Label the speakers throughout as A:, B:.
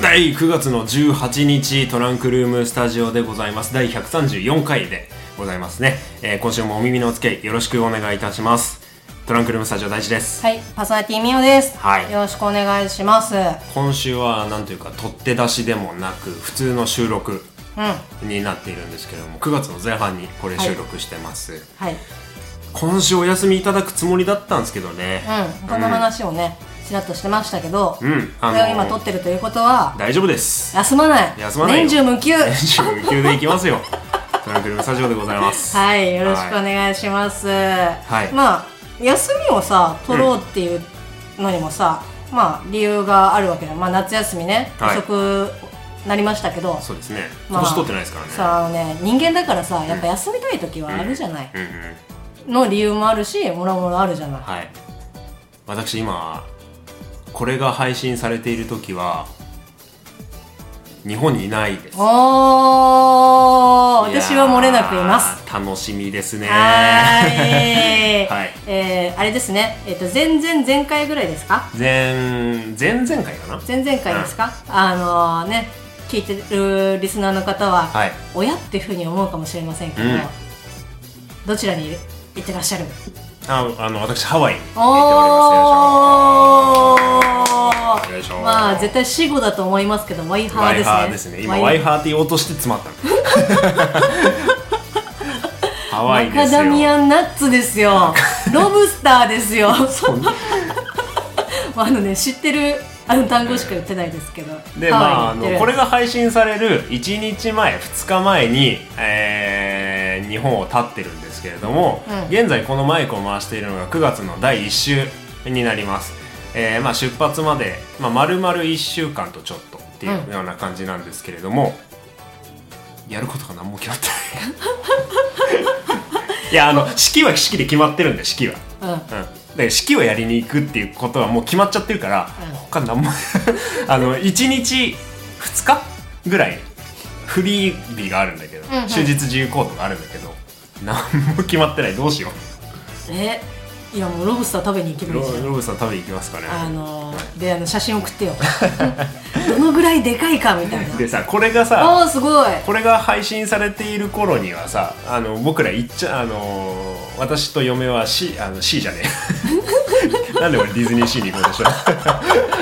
A: はい9月の18日トランクルームスタジオでございます第134回でございますね、えー今週もお耳のお付き合いよろしくお願いいたしますトランクルームスタジオ大地です、
B: はい、パーソナリティみおです。
A: はい
B: よろしくお願いします。うん。
A: 今週はなんというか取って出しでもなく普通の収録
B: は
A: になっているんですけれども9月の前半にこれ収録してます、
B: い。
A: 今週お休みいただくつもりだったんですけどね
B: うん。この話をね、ちらっとしてましたけど、
A: うんあの
B: こ
A: ー
B: れを今撮ってるということは、
A: 大丈夫です
B: 休まない。
A: 休まないよ
B: 年中無休。
A: 29級でいきますよトランクルームスタジオでございます
B: はい、よろしくお願いします。はいまあ、休みをさ、取ろうっていうのにもさ、まあ、理由があるわけだ。まあ、夏休みね、
A: はい
B: 遅くなりましたけど、
A: そうですね
B: まあ
A: 年取ってないですからね、
B: さあ、あのね、人間だからさ、やっぱ休みたい時はあるじゃない。
A: うんうん
B: の理由もあるし、もろもろあるじゃない。
A: はい私今これが配信されている時は日本にいないです
B: おー、私は漏れなくいます。
A: す楽しみですね
B: はーい。
A: はい
B: えー、あれですね、えっ、と、前々前回ぐらいですか
A: 前前々回かな
B: 前々回ですか、あのーね、聞いてるリスナーの方は、
A: はい
B: 親っていうふうに思うかもしれませんけど、
A: うん
B: どちらに行ってらっしゃる
A: ああの私ハワイに行っておりますよいしょよ
B: お
A: いしょ
B: まあ、絶対死後だと思いますけど、ワイハーですね。
A: ワイハーですね今ワイハーって言おうとして詰まったの ハワイですよ
B: マカダミアンナッツです よ。ロブスターですよ。まああのね、知ってるあの単語しか言ってないですけど。
A: でま
B: ハワイ
A: ああ
B: に行って
A: の
B: る
A: これが配信される1日前2日前に、えー日本を立ってるんですけれども、
B: うん
A: 現在このマイクを回しているのが9月の第1週になります、えーまあ、出発まで、まあ、丸々1週間とちょっとっていうような感じなんですけれども、やることが何も決まってない いやあの式は式で決まってるんで式は。
B: うん。
A: うん、で式をやりに行くっていうことはもう決まっちゃってるから、
B: うん
A: 他何も あの1日2日ぐらいフリー日があるんだけど、
B: うんうん
A: 終日自由行動があるんだけど何も決まってないどうしよ
B: え、いやもうロブスター食べに行け
A: う
B: ばい
A: ロ
B: いじゃん。
A: ロブさん食べに行きますかね
B: あのーであの写真 送ってよ。どのぐらいでかいかみたいな。
A: でさこれがさ
B: あーすごい。
A: これが配信されている頃にはさあの僕らいっちゃあのー私と嫁は C, あの C じゃねえ なんで俺ディズニーシーに行こうとしたの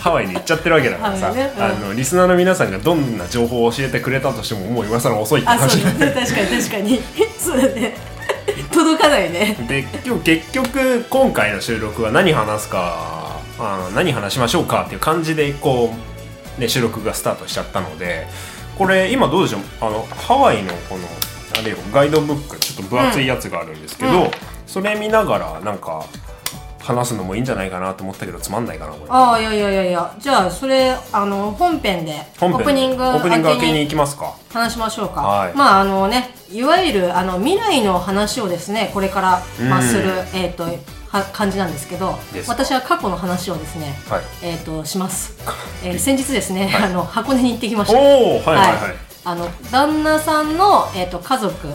A: ハワイに行っちゃってるわけだからさ、
B: ハワイねうん
A: あのリスナーの皆さんがどんな情報を教えてくれたとしてももう今更遅いって
B: あ、
A: 話
B: そうだね。確かに確かに。そうだね。届かないね。
A: で今日結局今回の収録は何話すかあの何話しましょうかっていう感じでこう、ね、収録がスタートしちゃったのでこれ今どうでしょうあのハワイのこのあれよガイドブックちょっと分厚いやつがあるんですけど、
B: うん
A: それ見ながらなんか話すのもいいんじゃないかなと思ったけどつまんないかなこれ。
B: ああいやいやいやいや。じゃあそれあの本編で
A: 本編
B: オープニング
A: オープニング
B: 明
A: 明
B: け
A: け
B: に
A: に行きますか。
B: 話しましょうか、
A: はい
B: まああのねいわゆるあの未来の話をですねこれから、まあ、
A: うん
B: する、えー、とは感じなんですけど
A: です
B: 私は過去の話をですね、
A: はい。
B: えー、と します、えー先日ですね、あの箱根に行ってきました
A: おおはいはいはい。
B: あの旦那さんの、えー、と家族、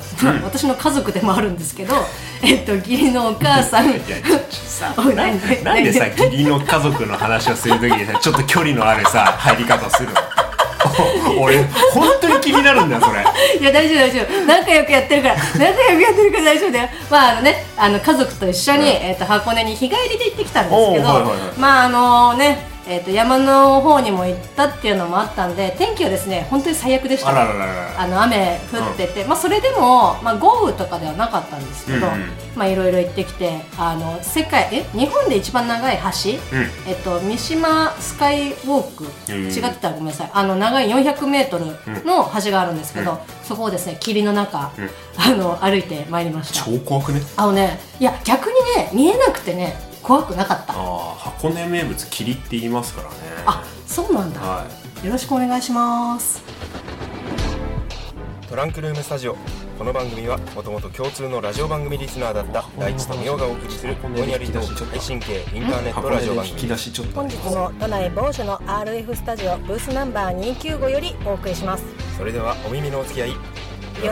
B: 私の家族でもあるんですけど、えー、と義理のお母さん
A: いやちょっとさ
B: おい
A: な
B: 何何
A: なんでさ義理の家族の話をするときにさちょっと距離のあるさ入り方するの俺本当に気になるんだよそれ
B: いや大丈夫大丈夫仲良くやってるから仲良くやってるから大丈夫だよまああのねあの家族と一緒に、
A: うん
B: えー、と箱根に日帰りで行ってきたんですけど、
A: おーはいはいはい
B: まああのねえー、と山の方にも行ったっていうのもあったんで天気はですね本当に最悪でした
A: あららららら
B: あの雨降ってて、まあ、それでも、まあ、豪雨とかではなかったんですけど、
A: うんうん
B: まあ、いろいろ行ってきてあの世界え日本で一番長い橋、
A: うん
B: えっと、三島スカイウォーク、
A: うん
B: 違ってたらごめんなさいあの長い 400m の橋があるんですけど、
A: うん
B: そこをですね霧の中、
A: うん
B: あの歩いてまいりました
A: 超怖くね
B: あのねいや逆にね見えなくてね怖くなかった
A: ああ箱根名物霧って言いますからね
B: あそうなんだ
A: は
B: よろしくお願いします
C: トランクルームスタジオこの番組はもともと共通のラジオ番組リスナーだった大地とみおがお送りするぼんやりとした配信系インター
A: い
C: ネット
A: 箱
C: ラ
A: 根
C: ジオ番
A: で引
C: 組
A: き出しちょっと
D: 本日の都内某所の RF スタジオブースナンバー295よりお送りします
C: それではお耳のお付き合いよ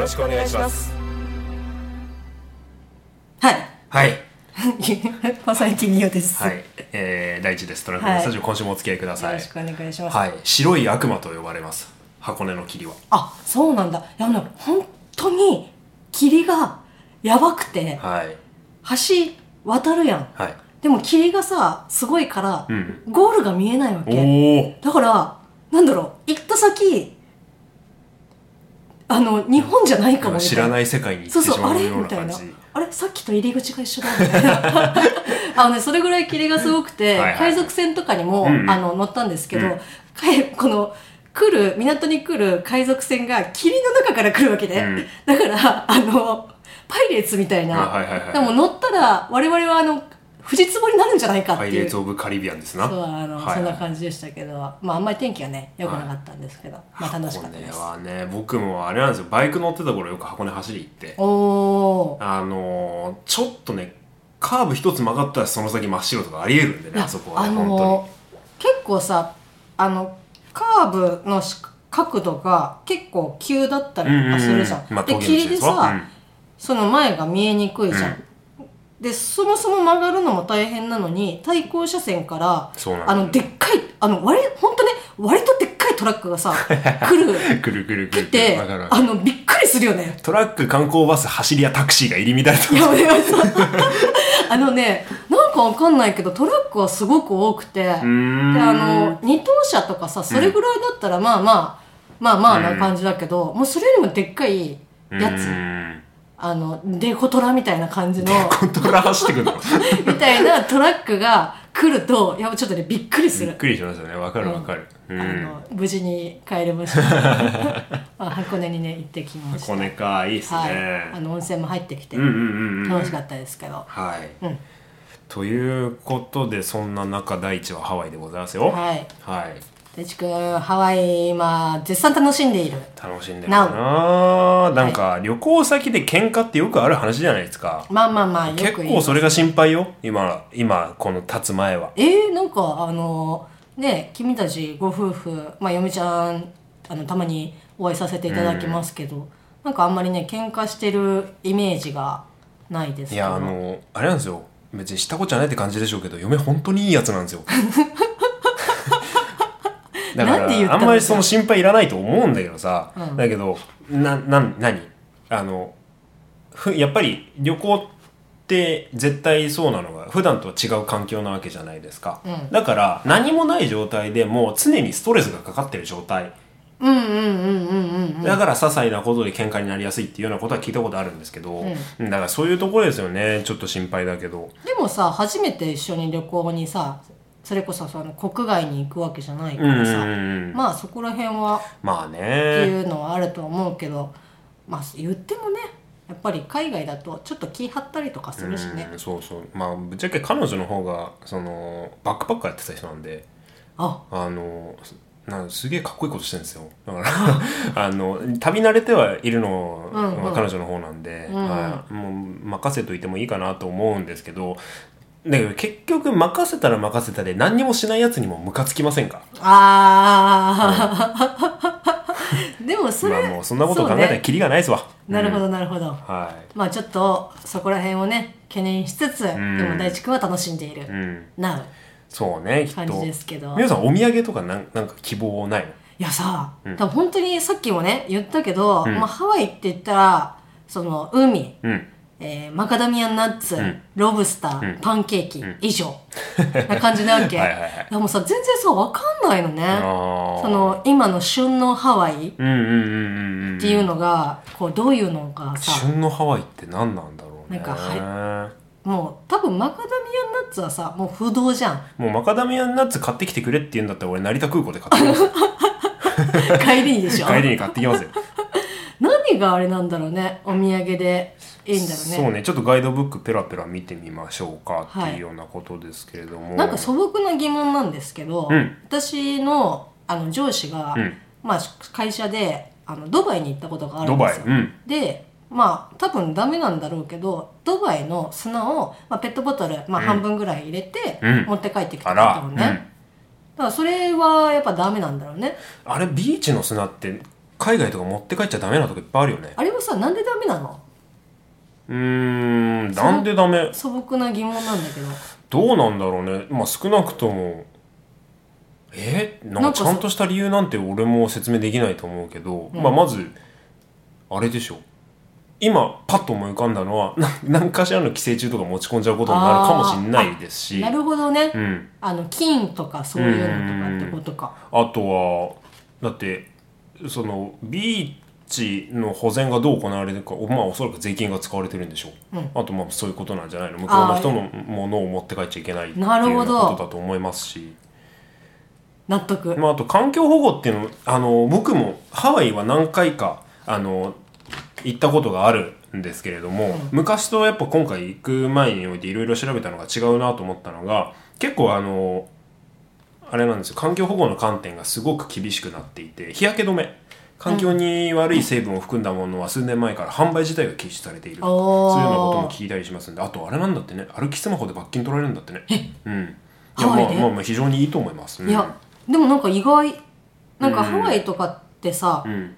C: ろしくお願いします
B: はい
A: はい
B: パーソナリティミオです、
A: はい、えー、大地です。トランクルスタジオ、今週もお付き合いくだ
B: よ
A: さ
B: ろ
A: い
B: し。くお願いします、
A: はい、白い悪魔と呼ばれます。箱根の霧は。
B: あそうなんだいやあの本当に霧がやばくて
A: はい、
B: 橋渡るやん
A: はい。
B: でも霧がさすごいから、
A: うん
B: ゴールが見えないわけ
A: おお、
B: だからなんだろう行った先あの日本じゃないかもみたい
A: 知ら
B: な
A: ない世界に行って
B: そう
A: し
B: そうあ
A: まう
B: れ
A: よう
B: み
A: な
B: たい
A: 感
B: な
A: じ。
B: あれさっきと入り口が一緒だ みたいなあのねそれぐらい霧がすごくて
A: はいはい
B: 海賊船とかにも、
A: うんうん
B: あの乗ったんですけど、
A: うん
B: かえこの来る港に来る海賊船が霧の中から来るわけで、
A: うん
B: だからあのパイレーツみたいな、
A: あはいはいはい
B: でも乗ったら我々はあの富士壺になるんじゃないかって
A: パイ
B: い
A: レ
B: う
A: ーツ・オブ・カリビアンですな。
B: そうあの、
A: はいはい
B: そんな感じでしたけど、まあ、あんまり天気がね良くなかったんですけど、まあ、楽しかったです。
A: 箱根はね、僕もあれなんですよ。バイク乗ってた頃よく箱根走り行って。
B: おー
A: あのー、ちょっとね、カーブ一つ曲がったらその先真っ白とかありえるんで
B: い
A: ね、
B: や
A: あそこは
B: あ
A: ね、
B: の
A: 本
B: 結構さあのカーブのし角度が結構急だった
A: 当に。
B: りとかするじゃん。
A: まあ、
B: で
A: 峠道
B: 霧ですさ、
A: わうん
B: その前が見えにくいじゃん。
A: うん
B: でそもそも曲がるのも大変なのに対向車線から
A: そうなんだ
B: あのでっかいあの割本当ね割とでっかいトラックが さ来る
A: くるくるくる
B: 来
A: くる。
B: て
A: わかるわか
B: あ
A: る
B: のびっくりするよね。
A: トラック、観光バス、走り屋、タクシーが入り乱れて
B: いや
A: ます。
B: めましたあのねなんかわかんないけどトラックはすごく多くて
A: うーん
B: であの二等車とかさそれぐらいだったらまあまあ、まあまあな感じだけど、もうそれよりもでっかいやつ、
A: うーん
B: あのデコトラみたいな感じの
A: コントローラー走ってくるの
B: みたいなトラックが来るとやっぱちょっとねびっくりす
A: びっ
B: る。
A: くりしますよねわかるわかる、う
B: あ
A: ん、
B: の無事に帰れ ました、まあ、箱根にね行ってきました
A: 箱根かいいっすね、
B: はい、あの温泉も入ってきて
A: うんうんうんうん
B: 楽しかったですけど、
A: はい、
B: うん
A: ということでそんな中第一はハワイでございますよい、
B: はい
A: はい、
B: てちくんハワイ今絶賛楽しんでいる
A: 楽しんでるかななんか旅行先で喧嘩ってよくある話じゃないですか
B: まあまあまあよ
A: 結
B: く
A: 構それが心配よ今今この立つ前は
B: えー、なんかあのね君たちご夫婦まあ嫁ちゃんあのたまにお会いさせていただきますけど、なんかあんまりね喧嘩してるイメージがないです
A: い
B: けど
A: やあのあれなんですよ別にしたこじゃないって感じでしょうけど嫁本当にいいやつなんです よだか
B: なんて言
A: ら
B: った
A: あ
B: の
A: んまりその心配いらないと思うんだけどさ、
B: うん
A: だけどななん何あのふやっぱり旅行って絶対そうなのが普段とは違う環境なわけじゃないですか、
B: うん
A: だから何もない状態でもう常にストレスがかかってる状態
B: うんうんうんうんうんうん
A: だから些細なことで喧嘩になりやすいっていうようなことは聞いたことあるんですけど、だからそういうところですよねちょっと心配だけど
B: でもさ初めて一緒に旅行にさそれこそその国外に行くわけじゃないか
A: うんう
B: ら
A: ん
B: さ、
A: うん
B: まあそこら辺は
A: まあ
B: って
A: ね
B: いうのはあると思うけど、まあ言ってもねやっぱり海外だとちょっと気張ったりとかするしね、
A: うんそうそうまあぶっちゃけ彼女の方がそのバックパッカーやってた人なんで
B: あ
A: あのすなんすげえかっこいいことしてるんですよだから あの旅慣れてはいるの
B: うんうん
A: は彼女の方なんで、
B: うんうん
A: はいもう任せといてもいいかなと思うんですけどだけど結局任せたら任せたで何にもしないやつにもムカつきませんか
B: あー、でもそれ、
A: まあもうそんなこと考えた
B: そう
A: ら
B: ね
A: キリがないですわ、
B: なるほ
A: うん
B: どなるほど、
A: は
B: まあちょっとそこら辺をね懸念しつつ、
A: ん
B: でも大地君は楽しんでいる、
A: いうん
B: なう
A: そうねきっ
B: 感じ
A: と
B: ですけど
A: 皆さんお土産とかなんなんか希望ないの
B: いやさ、
A: うん
B: 多分本当にさっきもね言ったけど、
A: ん
B: まあ、ハワイって言ったらその海、
A: うん
B: えーマカダミアナッツ、
A: ん
B: ロブスター、
A: うん
B: パンケーキ、以上な感じなわ け
A: はいはいはい
B: でもさ全然さわかんないのね
A: あー
B: その今の旬のハワイっ
A: うんうんうんうんうん
B: ていうのが、こうどういうのかさ
A: 旬のハワイって何なんだろうね
B: なんかもう多分マカダミアナッツはさもう不動 じゃん
A: もうマカダミアナッツ買ってきてくれって言うんだったら俺成田空港で買ってきますよ
B: 帰りにでし ょ
A: 帰りに買ってきますよ
B: 何があれなんだろうねお土産でいいんだろうね
A: そうねちょっとガイドブックペラペラ見てみましょうかっていうようなことですけれども、
B: なんか素朴な疑問なんですけど、
A: うん
B: 私のあの上司が、
A: うん
B: まあ、会社であのドバイに行ったことがある
A: ド
B: んで
A: バイ
B: すよ。
A: うん
B: でまあ多分ダメなんだろうけどドバイの砂を、まあ、ペットボトル、まあ、半分ぐらい入れて、
A: うん
B: 持って帰ってきてた
A: あ
B: んだ
A: ら、
B: も
A: うんん
B: ね、だからそれはやっぱダメなんだろうね
A: あれビーチの砂って海外とか持って帰っちゃダメなとこいっぱいあるよね
B: あれはさなんでダメなの
A: うーんなんでダメ
B: 素朴な疑問なんだけど
A: どうなんだろうねまあ少なくともえなん
B: なん
A: か
B: か
A: ち
B: そ
A: ゃんとした理由なんて俺も説明できないと思うけど、
B: ん
A: まあ、まずあれでしょ今パッと思い浮かんだのはな何かしらの寄生虫とか持ち込んじゃうことになるかもしれないですし
B: なるほどね、
A: うん、
B: あの金とかそういうのとかってことか
A: あとはだってそのビーチの保全がどう行われるかまあおそらく税金が使われてるんでしょう、
B: うん
A: あとまあそういうことなんじゃないの向こうの人のものを持って帰っちゃいけないっていうよ
B: なるほど
A: うなことだと思いますし。
B: 納得、
A: まあ、あと環境保護っていうのあの僕もハワイは何回かあの行ったことがあるんですけれども、昔とやっぱ今回行く前においていろいろ調べたのが違うなと思ったのが結構あのあれなんですよ環境保護の観点がすごく厳しくなっていて日焼け止め環境に悪い成分を含んだものは数年前から販売自体が禁止されているそういう
B: おー
A: ようなことも聞いたりしますんであとあれなんだってね歩きスマホで罰金取られるんだってね。うんいや
B: ハワ
A: ま
B: イ
A: あ
B: で
A: まあまあ非常にいいと思います。うん
B: いやでもなんか意外なんかハワイとかってさ、
A: うん、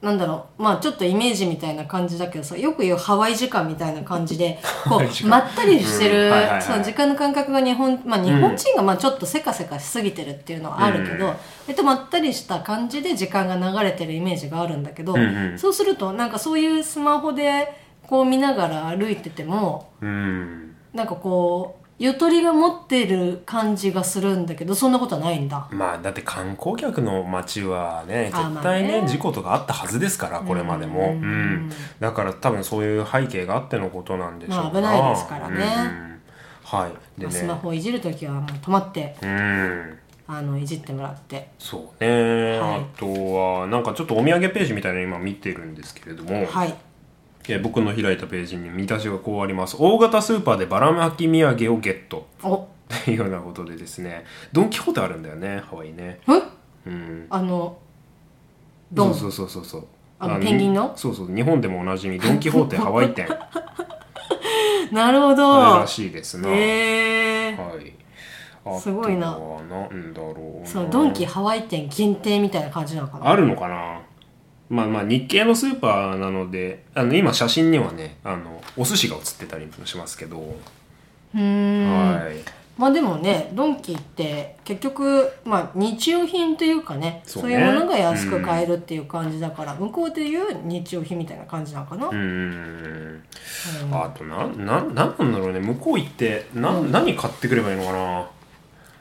B: なんだろうまあちょっとイメージみたいな感じだけどさよく言うハワイ時間みたいな感じ でこ
A: ワイ時
B: う
A: 間
B: まったりして
A: う
B: る
A: んはいはいはい
B: その時間の感覚が日本まあ日本人がまあちょっとせかせかしすぎてるっていうのはあるけど、
A: うん
B: えっとまったりした感じで時間が流れてるイメージがあるんだけど、
A: うんうん
B: そうするとなんかそういうスマホでこう見ながら歩いてても
A: うん
B: なんかこうゆとりが持ってる感じがするんだけどそんなことはないんだ。
A: まあだって観光客の街はね
B: あまあね
A: 絶対ね事故とかあったはずですからこれまでも、
B: うん
A: うんだから多分そういう背景があってのことなんでしょう
B: まあ危ないですからね
A: うんはいで
B: まあスマ
A: ね
B: ホいじるときはもう止まって
A: うん
B: あのいじってもらって
A: そうね、
B: は
A: あ
B: い
A: とはなんかちょっとお土産ページみたいなの今見てるんですけれども、
B: はい
A: え僕の開いたページに見出しがこうあります大型スーパーでばらまき土産をゲット
B: お
A: っていうようなことでですねドン・キホーテあるんだよねハワイね
B: え
A: うん
B: あのド
A: そ
B: ン
A: うそうそうそうそう
B: あのペンギンの
A: そうそう日本でもおなじみドン・キホーテハワイ 店あ
B: なるほ
A: れ
B: ど
A: らしいですな、
B: えー、
A: はいあ
B: すごいな
A: とはなんだろうな
B: そのドンキハワイ店限定みたいな感じなのかな
A: あるのかなまあまあ日系のスーパーなのであの今写真にはねあのお寿司が写ってたりもしますけど、
B: うーん
A: はい
B: まあでもねドンキって結局、まあ、日用品というかねそ
A: そううね
B: いうものが安く買えるっていう感じだから、向こうでいう日用品みたいな感じなのかな、
A: うーん
B: うん
A: あとなんなんなんなんだろうね向こう行ってな、何買ってくればいいのかな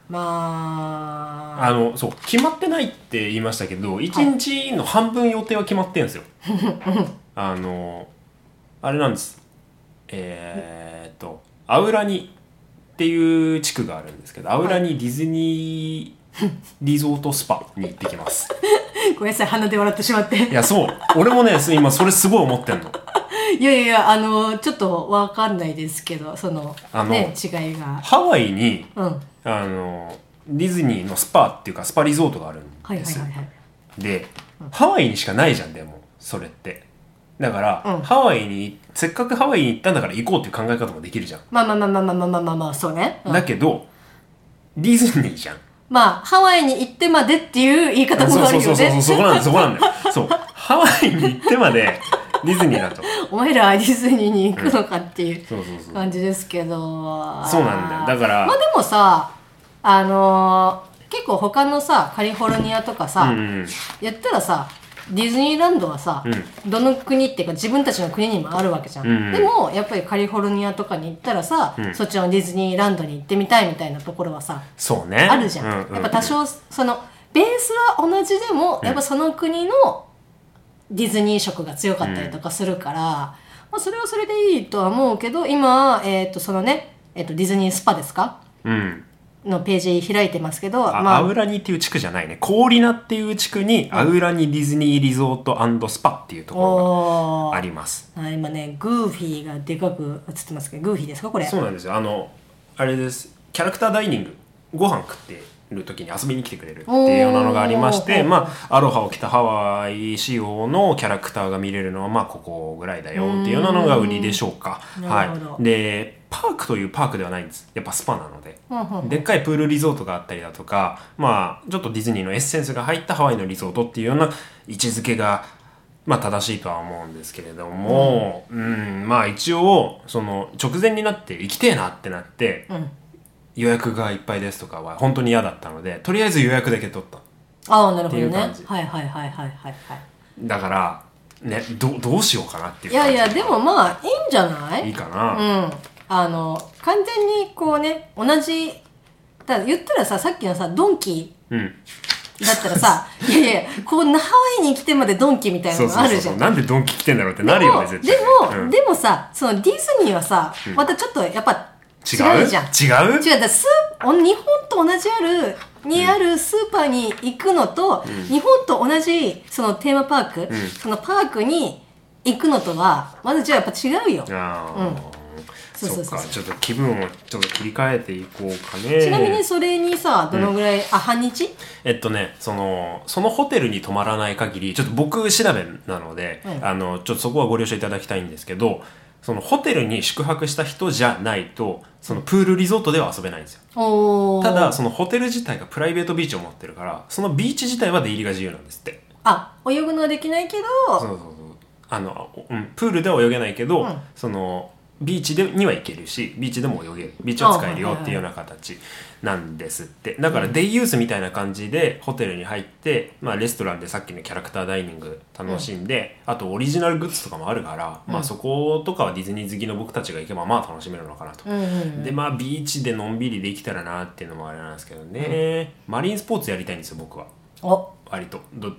B: まあ
A: あのそう決まってないって言いましたけど一日の半分予定は決まってるんで すよ。あのあれなんですえー、っとアウラニっていう地区があるんですけどアウラニディズニーリゾートスパに行ってきます。
B: ごめんなさい鼻で笑ってしまって
A: いやそう俺もねす今それすごい思ってんの。
B: いやいやいやあのちょっとわかんないですけどその
A: あの
B: ね違いが
A: ハワイに
B: うん
A: あのディズニーのスパっていうかスパリゾートがあるんです。
B: はいはいはいはい
A: で、ハワイにしかないじゃんでもそれってだから、
B: うん
A: ハワイにせっかくハワイに行ったんだから行こうっていう考え方もできるじゃん、
B: まあまあまあまあまあまあまあまあ、まあ、そうね、うん
A: だけどディズニーじゃ ん
B: まあハワイに行ってまでっていう言い方
A: そう
B: もあ
A: そ
B: る
A: うそ
B: よ
A: うそう
B: ね
A: そこなんだよそこなんだよそうハワイに行ってまで ディズニーだ と
B: お前らはディズニーに行くのかっていう
A: そうそうそう
B: 感じですけど、
A: そうなんだよだから
B: まあでもさあのー結構他のさカリフォルニアとかさ、
A: うんうん
B: やったらさディズニーランドはさ、
A: う
B: どの国っていうか自分たちの国にもあるわけじゃん、
A: うんうん
B: でもやっぱりカリフォルニアとかに行ったらさ、
A: ん
B: そっちのディズニーランドに行ってみたいみたいなところはさ
A: そうね
B: あるじゃん、
A: うう
B: やっぱ多少そのベースは同じでも、やっぱその国のディズニー色が強かったりとかするから、まあ、それはそれでいいとは思うけど今、えっとそのね、えっとディズニースパですか
A: うん
B: のページ開いてますけど
A: あ
B: ま
A: ア
B: あ
A: ウラニっていう地区じゃないねコーリナっていう地区にアウラニディズニーリゾートスパっていうところ
B: お
A: があ
B: ー
A: ります
B: あ今ねグーフィーがでかく映ってますけどグーフィーですかこれ
A: そうなんですよあのあれですキャラクターダイニングご飯食ってる時に遊びに来てくれるっていうようなのがありまし
B: お
A: て
B: ー
A: まあアロハを着たハワイ仕様のキャラクターが見れるのはまあここぐらいだよっていうようなのが売りでしょうか
B: うーんなるほ
A: は
B: ど
A: いでパークというパークではないんですやっぱスパなので
B: ほんほんほん
A: でっかいプールリゾートがあったりだとかまあちょっとディズニーのエッセンスが入ったハワイのリゾートっていうような位置づけがまあ正しいとは思うんですけれども、うん、まあ一応、その直前になって行きてえなってなって、
B: うん
A: 予約がいっぱいですとかは本当に嫌だったので、とりあえず予約だけ取った。
B: ああなるほど
A: ってい
B: ね
A: う感じ
B: はいはいはいはいはいはい
A: だから、ね、どどうしようかなっていう
B: いやいや
A: 感じ
B: でもまあいいんじゃない
A: いいかな、
B: うんあの完全にこうね同じだから言ったらささっきのさドンキ
A: うん、
B: だったら さいやいやこうハワイに来てまでドンキみたいな
A: そう
B: の
A: そう
B: あ
A: そう
B: るじ
A: そ
B: ゃ
A: うんなんでドンキ来てんだろうってなるよね絶対
B: でも、
A: ねうん
B: でもさそのディズニーはさ、またちょっとやっぱ
A: 違う
B: 違うじゃん
A: 違う
B: 違うだからスーお日本と同じあるにあるスーパーに行くのと、日本と同じそのテーマパーク、そのパークに行くのとはまずじゃあやっぱ違うよ、
A: ああ、
B: うんそうそうそう
A: っかちょっと気分をちょっと切り替えていこうかね
B: ちなみにそれにさどのぐらい、あ半日
A: えっとねそのそのホテルに泊まらない限りちょっと僕調べなので、
B: うん
A: あのちょっとそこはご了承いただきたいんですけどそのホテルに宿泊した人じゃないとそのプールリゾートでは遊べないんですよ
B: おー
A: ただそのホテル自体がプライベートビーチを持ってるからそのビーチ自体は出入りが自由なんですって
B: あ泳ぐのはできないけ
A: そう
B: ど
A: そうそうあの、うん、プールでは泳げないけど、
B: うん
A: そのビーチでには行けるしビーチでも泳げるビーチは使えるよっていうような形なんですってだからデイユースみたいな感じでホテルに入って、まあ、レストランでさっきのキャラクターダイニング楽しんで、あとオリジナルグッズとかもあるから、まあ、そことかはディズニー好きの僕たちが行けばまあ楽しめるのかなと、
B: うんうん
A: でまあビーチでのんびりできたらなっていうのもあれなんですけどね、マリンスポーツやりたいんですよ僕は
B: お
A: 割とど、うん、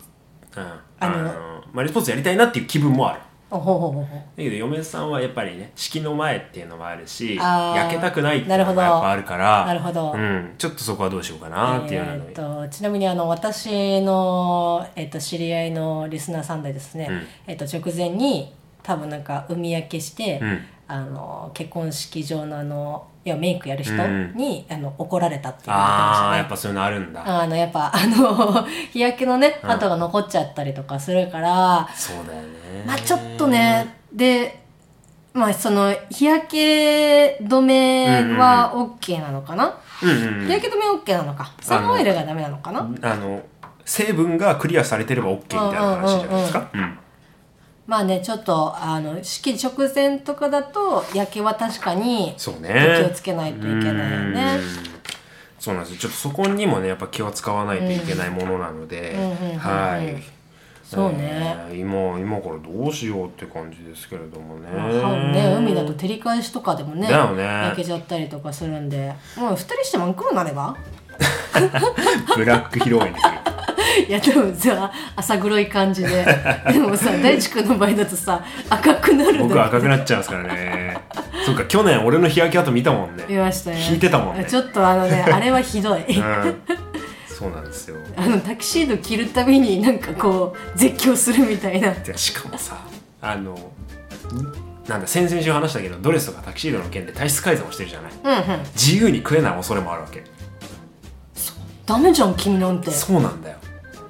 A: あ
B: あの
A: のマリンスポーツやりたいなっていう気分もある
B: おほほほほ
A: だけど嫁さんはやっぱりね式の前っていうのもあるし
B: あー
A: 焼けたくないっていうのもやっぱあるから
B: なるほど
A: うん、ちょっとそこはどうしようかなっていうのが、
B: えーっとちなみにあの私の、えーっと知り合いのリスナーさんでですね、
A: うん
B: えーっと直前に多分なんか海焼けして、
A: うん
B: あの結婚式場のあのいやメイクやる人
A: うん
B: に、あの怒られたって言
A: ああや
B: われ
A: って
B: ま
A: ぱそういうのあるん
B: したね。
A: だ
B: あのやっぱあの 日焼けのね
A: うん
B: 跡が残っちゃったりとかするから、
A: そうだよね
B: まあちょっとねでまあその日焼け止めは OK なのかな、
A: うんうんうん
B: 日焼け止めは OK なのかサンオイルがダメなのかな
A: あの成分がクリアされてれば OK みたいな話じゃないですか、うん
B: まあねちょっとあの式直前とかだと焼けは確かに
A: そうね
B: 気をつけないといけないよね
A: うんそうなんですよちょっとそこにもねやっぱ気を使わないといけないものなので、
B: うんうん
A: はい
B: そうね、
A: えー今今からどうしようって感じですけれどもね,、
B: ね海だと照り返しとかでもね
A: だよね
B: 焼けちゃったりとかするんでもう2人して真っ黒になれば
A: ブラック披露宴にする
B: いやでもさ朝黒い感じで でもさ大地君の場合だとさ赤くなるんだ
A: 僕赤くなっちゃうんですからねそっか去年俺の日焼け跡見たもんね
B: 見ましたね
A: 引いてたもんね
B: ちょっとあの ねあれはひどい
A: うん、そうなんですよ
B: あのタキシード着るたびになんかこう絶叫するみたいな
A: でしかもさあのなんだ先々週話したけどドレスとかタキシードの件で体質改善をしてるじゃない
B: うんうん
A: 自由に食えない恐れもあるわけ
B: ダメじゃん君なんて
A: そうなんだよ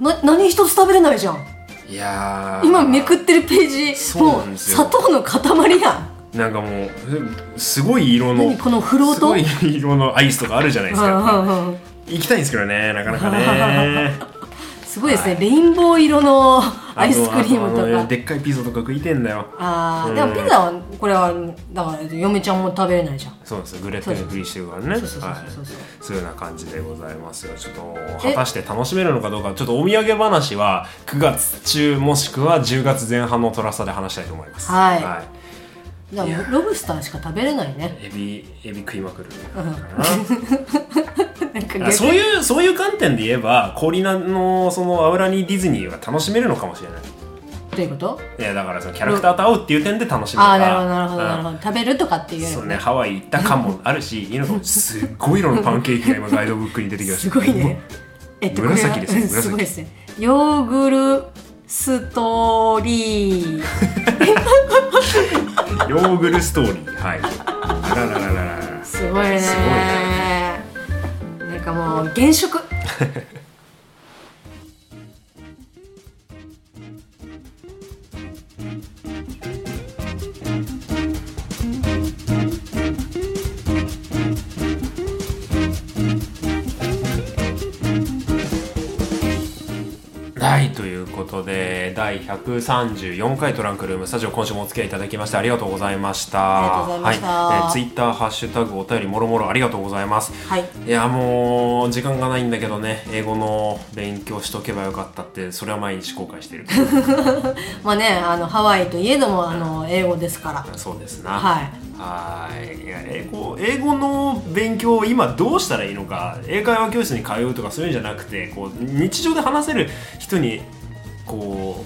B: な何一つ食べれないじゃん
A: いやー
B: 今めくってるページ
A: そう
B: も
A: なん
B: う
A: ですよ
B: 砂糖の塊やん
A: なんかもうえすごい色の
B: 何このフロート
A: すごい色のアイスとかあるじゃないです
B: うん
A: か
B: うんうん
A: 行きたいんですけどねなかなかね
B: すごいですね、
A: はい
B: レインボー色のアイスクリー
A: あ
B: ム
A: ああの
B: とか
A: でっかいピザとか食いてんだよ
B: あ
A: う
B: ー
A: ん
B: でもピザはこれはだから嫁ちゃんも食べれないじゃん
A: そうですよグレテンフリーしてるからねはい
B: そうそうそうそうそう
A: そういうような感じでございますよちょっと果たして楽しめるのかどうかちょっとお土産話は9月中もしくは10月前半のトラスタで話したいと思います
B: はい
A: はい
B: だからロブスターしか食べれない ね
A: エビエビ食いまくるかな、
B: なんか
A: あ
B: 逆
A: そういうそういう観点で言えば氷菜のその油にディズニーは楽しめるのかもしれない
B: どういうこと
A: いやだからそのキャラクターと会うっていう点で楽しめ
B: ああーな
A: か
B: る
A: ら
B: ほどなるほどなる
A: うん
B: ほど食べるとかっていうより
A: そ
B: も
A: うねハワイ行った感もあるしいいのかもすっごい色のパンケーキが今ガイドブックに出てきまし
B: す
A: た
B: ごいねえっとこれは
A: 紫ですね
B: うん
A: 紫
B: すごいですねヨーグルストーリー
A: ヨーグルストーリーはいあらららららら
B: すごいね
A: す
B: なんかもう現職
A: はいといういうことで第134回トランクルームスタジオ今週もお付き合いいただきましてありがとうございました
B: ありがとうございました
A: はいえー、ツイッターハッシュタグお便りもろもろありがとうございます
B: はい
A: いやもう時間がないんだけどね英語の勉強しとけばよかったってそれは毎日後悔してる
B: まあねあのハワイといえどもあの英語ですから
A: そうですな
B: はい
A: はーいいや英語英語の勉強を今どうしたらいいのか英会話教室に通うとかそういうんじゃなくてこう日常で話せる人にこ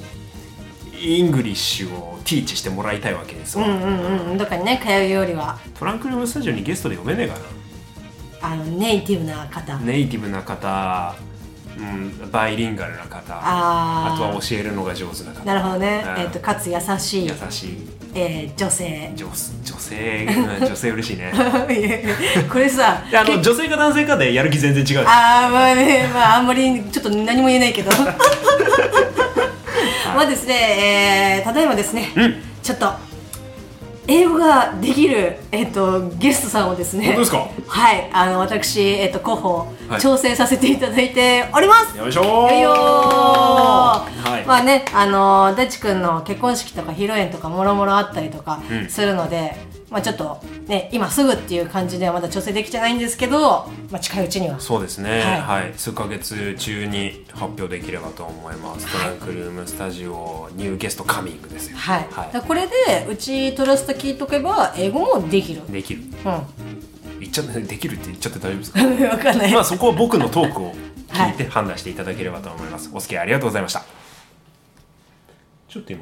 A: うイングリッシュをティーチしてもらいたいわけです
B: う
A: わ、
B: んうんうんどっかにね通うよりは
A: トランクルームスタジオにゲストで呼べねえか
B: あのネイティブな方、
A: なネイティブな方、うん、バイリンガルな方
B: あー
A: あとは教えるのが上手な方
B: なるほどね、
A: うん
B: えっとかつ優しい
A: 優しい
B: えー女性
A: 女女性うん女性嬉しい ね
B: これさ
A: であの女性か男性かでやる気全然違う
B: あーまあね、まあ、あんまりちょっと何も言えないけどまあですね、えー、ただいまですね、
A: ん
B: ちょっと英語ができる、えっとゲストさんをですね
A: 本当ですか
B: はいあの私、えっと候補、
A: はい
B: 調整させていただいております
A: よいしょー
B: よいよー
A: はい
B: まあねあのー大地君の結婚式とか披露宴とかもろもろあったりとか
A: ん
B: するので、まあちょっとね今すぐっていう感じではまだ調整できてないんですけど、まあ、近いうちには
A: そうですね、
B: は
A: はいい、数ヶ月中に発表できればと思います。トランクルームスタジオニューゲストカミングですよ。
B: はい、だからこれでうちトラスタ聞いとけば英語もできる
A: できる。
B: うん わ
A: 言っちゃ ってできるって言っちゃって大丈夫ですか。
B: かんない、
A: まあそこは僕のトークを聞いて判断していただければと思います。お付き合いありがとうございました。ちょっと今